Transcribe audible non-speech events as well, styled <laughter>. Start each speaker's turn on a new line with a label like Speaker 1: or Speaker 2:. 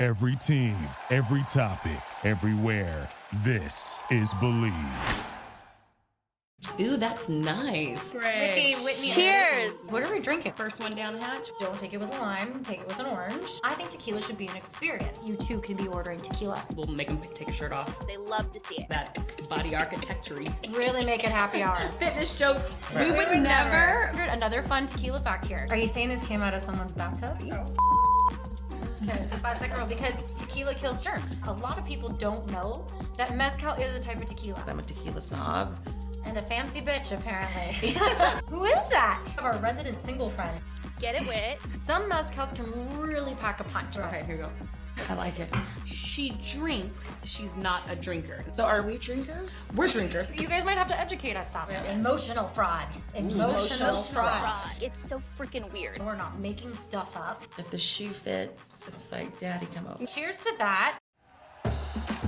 Speaker 1: Every team, every topic, everywhere. This is Believe.
Speaker 2: Ooh, that's nice.
Speaker 3: Great.
Speaker 4: Whitney, Whitney.
Speaker 5: Cheers.
Speaker 2: What are we drinking?
Speaker 3: First one down the hatch.
Speaker 4: Don't take it with a lime, take it with an orange. I think tequila should be an experience. You too can be ordering tequila.
Speaker 2: We'll make them take a shirt off.
Speaker 5: They love to see it.
Speaker 2: That body architecture
Speaker 4: Really make it happy hour.
Speaker 3: <laughs> Fitness jokes. We would
Speaker 4: Would
Speaker 3: never.
Speaker 4: Another fun tequila fact here. Are you saying this came out of someone's bathtub? No. It's a five second rule because tequila kills germs. A lot of people don't know that mezcal is a type of tequila.
Speaker 6: I'm a tequila snob.
Speaker 4: And a fancy bitch, apparently. <laughs> Who is that? Of our resident single friend.
Speaker 5: Get it, Wit?
Speaker 4: Some mezcals can really pack a punch.
Speaker 3: Okay, here we go.
Speaker 6: I like it.
Speaker 3: She drinks. She's not a drinker.
Speaker 6: So are we drinkers?
Speaker 3: We're drinkers.
Speaker 4: You guys might have to educate us on it. Emotional fraud. Emotional, fraud.
Speaker 5: Frog. It's so freaking weird.
Speaker 4: We're not making stuff up.
Speaker 6: If the shoe fits, it's like daddy come over.
Speaker 4: Cheers to that.